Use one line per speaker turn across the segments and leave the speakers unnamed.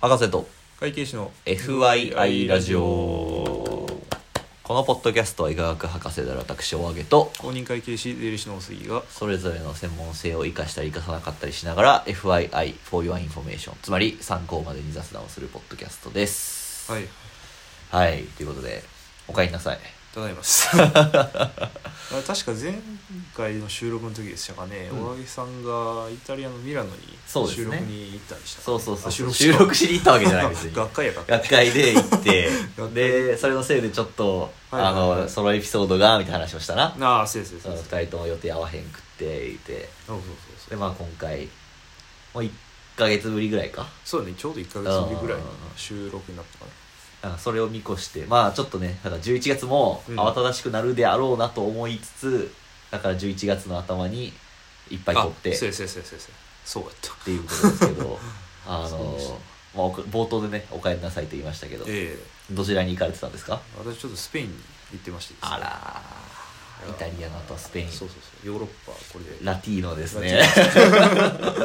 博士と
会計士の
FYI ラジオこのポッドキャストは医科学博士である私おあげと
公認会計士税理士の大杉が
それぞれの専門性を生かしたり生かさなかったりしながら FYI for your information つまり参考までに雑談をするポッドキャストです
はい
はいということでお帰りなさい
ただいます あ確か前回の収録の時でしたかね、
うん
大上さんがイタリアのミラノ
そう
に
です
収
ね
録に行ったりした
そうそうそう
あ
収
収
録収録
録
しに行ったわけじゃない別
し
に
た 学会やから
学会で行って
学会
でそれのせいでちょっと、
はいはいはい
あのそのエピソードがみたいな話をしたな
なあそうですそ
そうの
ですそうです
2人とも予定合わへんくっていて
そうそうそ
で
う
まあ今回もう1ヶ月ぶりぐらいか
そうだねちょうど1か月ぶりぐらいの
あー
収録になったかな
なんかそれを見越してまあちょっとねだから11月も
うん
慌ただしくなるであろうなと思いつつ、だから11月の頭にいっぱい撮って
あそう
っ
ですそうですそうですそうやった
ていうことですけ どあ
そう
の
でした
まあ、お冒頭でね「お帰りなさい」と言いましたけど
え
どちらに行かれてたんですか
え私ちょっとスペインに行ってましてですね
あらーイタリアの後はスペイン
そうそうそうヨーロッパこれで
ラティーノですね
ラテ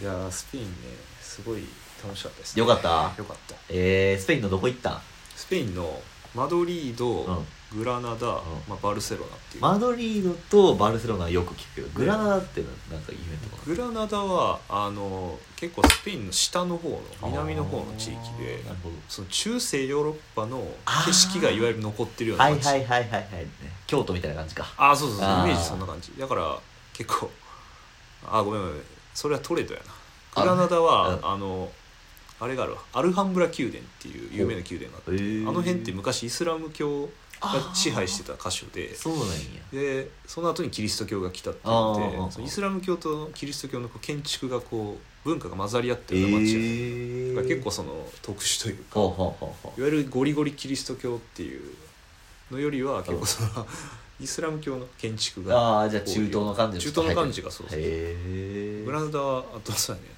いやースペインねすごい楽しかったです、ね、
よかった
よかった
えー、スペインのどこ行ったん
スペインのマドリード、グラナダ、
ん
まあ、バルセロナっていう、
マドリードとバルセロナはよく聞くけどグラナダってななんかイベントかな
グラナダはあの結構スペインの下の方の南の方の地域で
あーなるほど
その中世ヨーロッパの景色がいわゆる残ってるような
はい
感じ
はいはいはいはい京都みたいな感じか
ああそうそうそうイ
あー
メージそんな感じだから結構あーごめんごめんそれはトレードや
あ
なグラナダは
うん
あ,、のあれがあるわアルハンブラ宮殿っていう有名な宮殿があって
へー
あの辺って昔イスラム教が支配してた箇所で
そうなんや
でその後にキリスト教が来たって言っ
あー
てそのイスラム教とキリスト教のこう建築がこう文化が混ざり合ってるような街やねだから
ー
結構その特殊というか
ほうほうほうほ
いわゆるゴリゴリキリスト教っていうのよりは結構そのイスラム教の建築
う
が
ああじゃあ中東の感じ
中東の感じがそうそう
へえ
グラナダはあとそうやね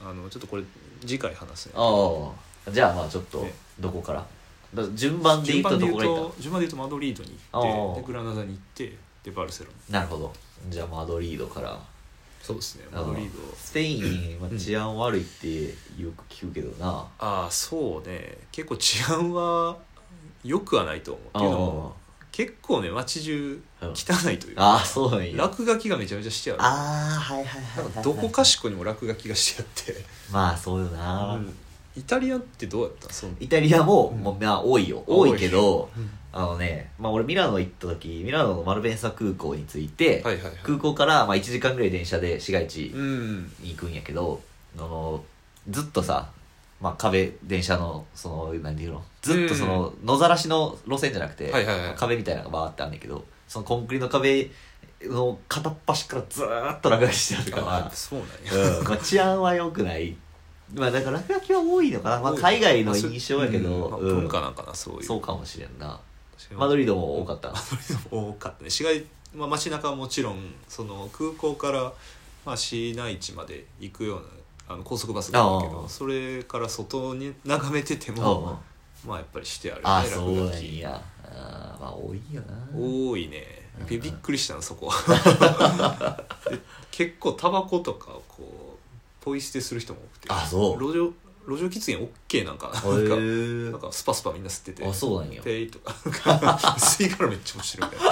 あのちょっとこれ次回話すね
ああじゃあまあちょっと
ね
どこからだ順番で
順
言った
番
と
で
こ
言う
から行っ
と順番で言うとマドリードに行
あ
っ
あ
てでグラナダに行ってでバルセロナ
たなるほどじゃあマドリードから
そうですねマドリード
あスペイン、まあ、
うん
治安悪いってよく聞くけどな、
ああそうね結構治安は良くはないと思うっていうのも結構ね街中
うん
汚いというか、
ああそうなんや
落書きがめちゃめちゃしてある
ああはいはいはい
な
は
ん
い
かどこかしこにも落書きがしてあって、
まあそうよな、
うんイタリアってどうやったその
イタリアも、
うん
もうまあ多いよ多
多い
いけど
うん
あのねまあ俺ミラノ行った時ミラノのマルベンサ空港に着いて、
はいはいはい
空港からまあ1時間ぐらい電車で市街地
うん
に行くんやけど、あのずっとさまあ壁電車のその何て言うのずっとその野ざらしの路線じゃなくて、
はいはいはい
壁みたいなのがバーってあるんだけどそのコンクリの壁の片っ端からずーっと落書きしてあるか
あやっ
ら
ぱそうなんや、
うんまあ、治安は良くない。まあだから落書きは多いのかな。まあ
多い
海外の印象やけど、
まあ
うん
文化なんかなそういう
そうかもしれんな。
確かに
マドリードも多かった。
多かったね市街、まあ、街中はもちろんその空港から、まあ、市内地まで行くようなあの高速バスがあるんだけ
ああ
どそれから外に眺めてて
うん
もまあやっぱりしてある、ね、
あ、そう
落
な
書
ん
き
や。あーまあ多いよな。
多いね
うん
びびっくりしたの そこで結構タバコとかをこうポイ捨てする人も多くて
あそう
路上路上喫煙 OK なんか
へ
ななんか
ー
なんかスパスパみんな吸ってて
あ、そうなんや。え
ていとかなんか 吸い殻めっちゃ落ちてるみたいな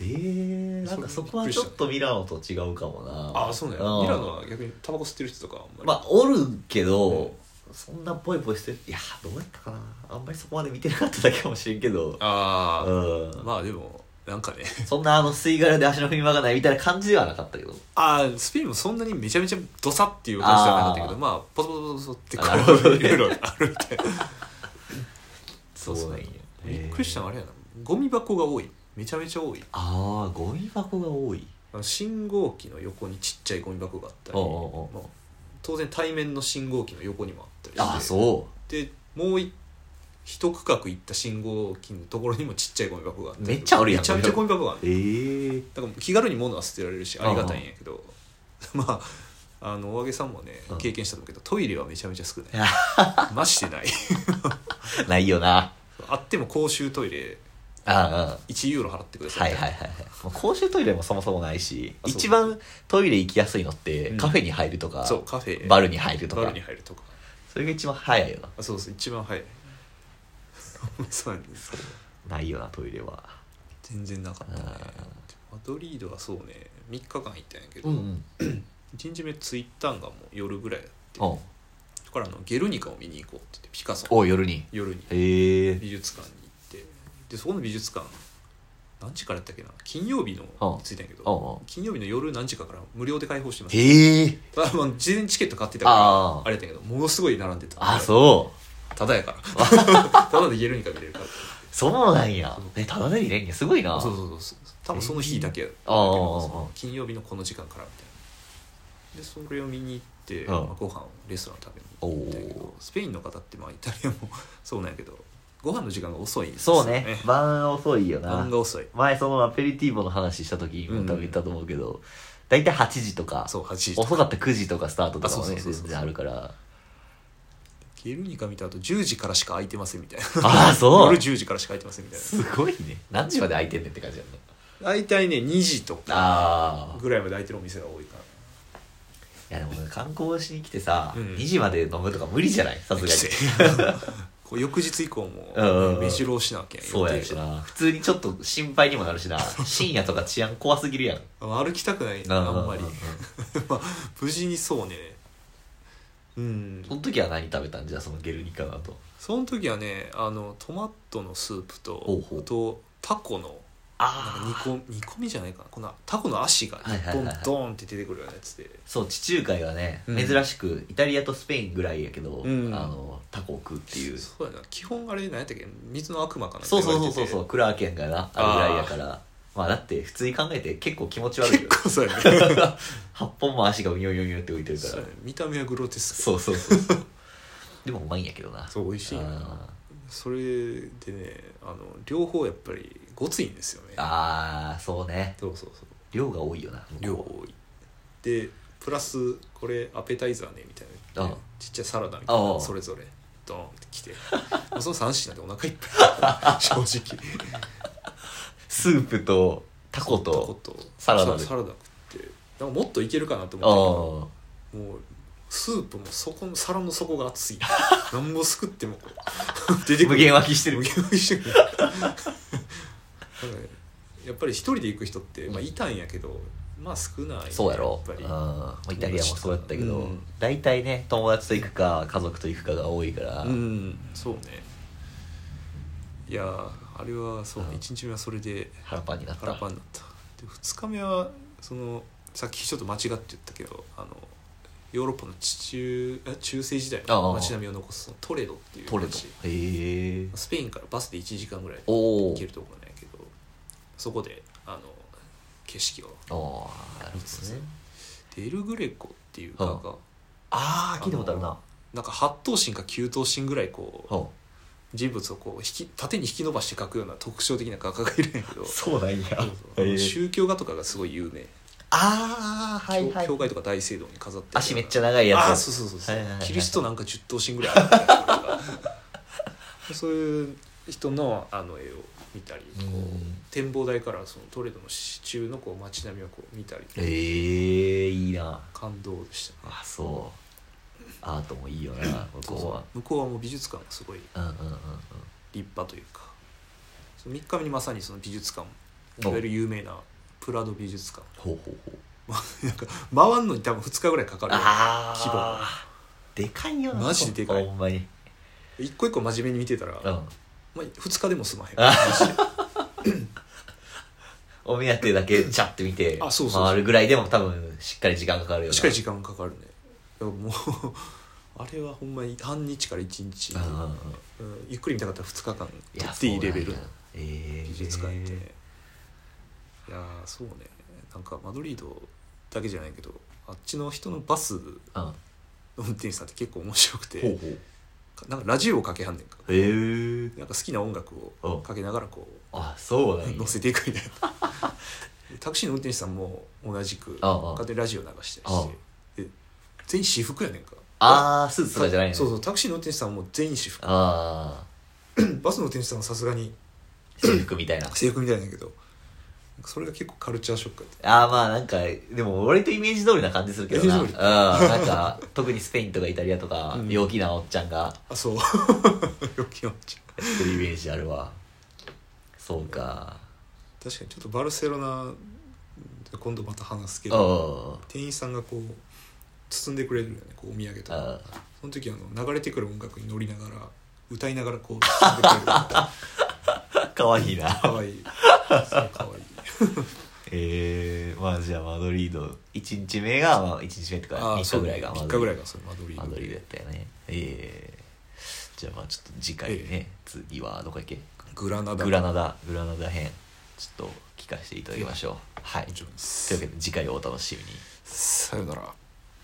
ー、なんかそこはちょっとミラノと違うかもな。
ああそうなんや
ん
ミラノは逆にタバコ吸ってる人とかあんまり、
まあおるけ
うん
ど、そんなぽいぽいしてる。いや、どうやったかな。あんまりそこまで見てなかっただけかもしれんけど。
あ
う
ー、
ん。
まあでもなんかね
そんなあの吸い殻で足の踏み場がないみたいな感じではなかったけど。
ああスピンもそんなにめちゃめちゃドサっていう感じではなかったけど
あー
まあポソポソポソってこ
なるほどね
ういろい ろあるみたいなそうそう
なんや
びっくりしたのあれやなゴミ箱が多いめちゃめちゃ多い
ああゴミ箱が多い
あの信号機の横にちっちゃいゴミ箱があったり
おうおう
まあ、当然対面の信号機の横にもあったりして
ああそ
でもうい一区画行った信号機のところにもちっちゃいゴミ箱があって
めっちゃあるやん
めちゃめちゃゴミ箱がある
うええ
だから気軽に物は捨てられるしありがたいんやけど まああの大げさんもね
うん
経験したと思うけどトイレはめちゃめちゃ少ない
や
マジでない
ないよな
あっても公衆トイレ
あ
1ユーロ払ってくだ
あは
さい
いはいはいはいもう公衆トイレもそもそもないし
あそう
一番トイレ行きやすいのって
うん
カフェに入るとか、
そうカフェ
バルに入ると
バ
か
ルに入るとか
それが一番早いよな
あそうそう一番早い そうなんです
ないよなトイレは
全然なかったね
あ
マドリードはそうね3日間行ったんやけど、
うんうん
1日目着いたんがもう夜ぐらいだって
おう
だからあのゲルニカを見に行こうって言ってピカソ
おう夜に
夜に
へえ
美術館に行ってでそこの美術館何時からやったっけな金曜日
う
の
ん
着いたんやけ
お
ど
うおう
金曜日の夜何時かから無料で開放してます
へえ
ただまあ事前にチケット買ってた
あ
か
あ
らあれやったんやけどものすごい並んでた
あそう
ただやから ただでゲルニカ見れるから
そうなんやえただで見れんやすごいな
そうそうそうそう多分その日だけだったけ
ああ
ど
ああ
その金曜日のこの時間からみたいなでそれを見に行って、
うん
まあ、ご飯をレストラン食べに行ったんやけ
お
ど
お
スペインの方ってまあイタリアも そうなんやけどご飯の時間が遅いんです
そうね晩遅いよな
晩が遅い
前そのアペリティーボの話した時にも多分言ったと思うけど、大体8時とか
そう8時とか
遅かったら9時とかスタートとかもね
あそうそうそう
全
そう
然あるから
ゲルニカ見た後10時からしか空いてませんみたいな
ああそう
夜10時からしか空いてませんみたい
すごいね何時まで空いてんねんって感じやんね
な大体ね2時とか
ああ
ぐらいまで空いてるお店が多いか
いやでもね観光しに来てさ、
うん
2時まで飲むとか無理じゃないさす
ら
がに
きつい こう翌日以降も
うんうん
目白押しなわけやん
そうやしな普通にちょっと心配にもなるし な深夜とか治安怖すぎるやん
歩きたくないあんまりまあ無事にそうねうん
その時は何食べたんじゃあそのゲルニカだと
その時はねあのトマトのスープ
ほ
と
うほう
あとタコのなんか煮
ああ
込煮込みじゃないかなこのタコの足が
はい
一
はいはい
本
はい
ドーンって出てくるようなやつで
そう地中海はね、
うん
珍しくイタリアとスペインぐらいやけど、
うん
あのタコを食うっていう
そうやな基本あれ何やったっけ水の悪魔かなって
そう
言わ
そう
れ
そう
て
そうそ
て
うクラーケンがなあれぐらいやからまあだって普通に考えて結構気持ち悪いよ
結構そうやね
8本も足がうにょうにょうにょって浮いてるか
そう
ら
やね見た目はグロテスク
そうそうそうそうでもうまいんやけどな
そう美味しいよな
あ
それでねあの両方やっぱりごついんですよね
ーあーそうね
そうそうそう
量が多いよな
量多いでプラスこれアペタイザーねみたいなの言っ
あ
てちっちゃいサラダみたいな
ああ
のそれぞれドーンってきてもうその3品でお腹いっぱい正直
スープとタコ
タコ
と
と
サラダで
サラダ食ってなんかもっといけるかなと
ああ
思ったけどもうスープもそこの皿の底が 熱いなんぼすくってもこう出て
無限湧きしてる
無限湧きしてくるなんかねやっぱり一人で行く人って、まあ、いたんやけどまあ少ないね
そうやろ
やっぱり
うんまあイタリアもそうやったけ
う
ど
ん
大体ね友達と行くか家族と行くかが多いから
うんそうねいやーあれはそうね
うん
1日目はそれで
腹パンになった
腹パンになったで2日目はそのさっきちょっと間違って言ったけどあのヨーロッパの地中あ中世時代
あ
の
あ
街並みを残すそのトレドっていう
取れ
街
たへえ
スペインからバスで1時間ぐらい行
おお
けるところなんやけどそこであの景色を
ああなるほどね
デルグレコっていうか
あ
が
ああ聞いたことあるな
なんか8頭身か9頭身ぐらいこう
ほ
人物をこう引き縦に引き伸ばして描くような特徴的な画家がいるんやけど
うそうなんや
あの
へえ
宗教画とかがすごい有名、
ああはいはい
教教会とか大聖堂に飾ってる
足めっちゃ長いやつ
あーそうそうそうそう、
はいはいはい
キリストなんか10頭身ぐらいあるみたいなとかそういう人のあの絵を見たりこう
うん
展望台からそのトレードの支柱のこう街並みをこう見たり
ええいいな
感動でしたね
あそうアートもいいよな向こうは
向こうはもう美術館がすごい
うんうんうんうん
立派というかその3日目にまさにその美術館い
お
わゆる有名なプラド美術館
ほうほうほう
なんか回んのに多分2日ぐらいかかる
あ
規模
あでかいよな
マジででかい
ほんまに
一個一個真面目に見てたら、
う
ま
ん
あ、2日でも済まへん
あ
マジで
お目当てだけチャッて見て
あそうそうそう
回るぐらいでも多分しっかり時間かかるよな
しっかり時間かかるねだからもうあれはほんまに半日から1日、
うんうんうん
うんゆっくり見たかったら2日間
い
と
や
っていいレベル
そう
の
なんやええ
美術館で、いやーそうねなんかマドリードだけじゃないけどあっちの人のバスの
うんほ
運転手さんって結構面白くて
うほう
なんかラジオをかけはんねんか
へえ
なんか好きな音楽をかけながらこう
あそうなんや
乗せていくみたいなタクシーの運転手さんも同じく
ああ
勝手にラジオ流したり
あ
してで全員私服やねんか
ああスーツとかじゃないの
そうそうタクシーの運転手さんも全員私服
あ
バスの運転手さんはさすがに
制服みたいな
制服みたいなんやけどなんかそれが結構カルチャーショックやっ
ああまあなんかでも俺とイメージ通りな感じするけどな
イ
うん
メージ通り
なんか特にスペインとかイタリアとか
うん
陽気なおっちゃんが
たあそう よきまっちゃう
やってるイメージあるわそうか
確かにちょっとバルセロナで今度また話すけ
う
ど
ん
店員さんがこう包んでくれるんだよねこうお土産とか
あ
その時あの流れてくる音楽に乗りながら歌いながらこう包んでくれる
かわいいな
か わいいそうかわいい
ええまあじゃあマドリード1日目が、まあ、1日目とか
あ
3
あ
日
そう
ぐらいが
3
マド
日ぐ
リ
ら
ー
いがそれマドリー
ドマドリードやったよねええじゃあまあちょっと次回ね、
え
次はどこやっけ
グラナダ
グラナダグラナダ編ちょっと聞かせていただきましょうはい
も
と
ち
い
ろ
うんわ
です
けで次回をお楽しみに
さよなら